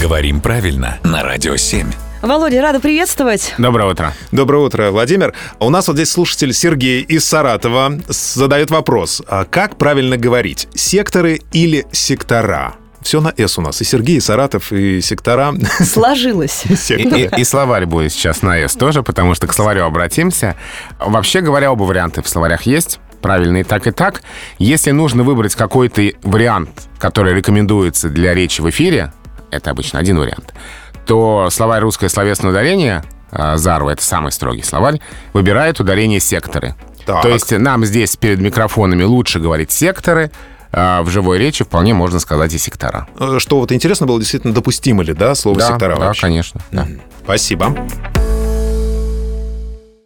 Говорим правильно на Радио 7. Володя, рада приветствовать. Доброе утро. Доброе утро, Владимир. У нас вот здесь слушатель Сергей из Саратова задает вопрос. А как правильно говорить? Секторы или сектора? Все на «С» у нас. И Сергей, и Саратов, и сектора. Сложилось. И, и- и словарь будет сейчас на «С» тоже, потому что к словарю обратимся. Вообще говоря, оба варианта в словарях есть. Правильно и так, и так. Если нужно выбрать какой-то вариант, который рекомендуется для речи в эфире, это обычно один вариант, то словарь «Русское словесное ударение» а, Зарва, это самый строгий словарь, выбирает ударение секторы. Так. То есть нам здесь перед микрофонами лучше говорить секторы, а в живой речи вполне можно сказать и сектора. Э, Что вот интересно было, действительно, допустимо ли, да, слово Да, сектора да, вообще? конечно. да. Спасибо.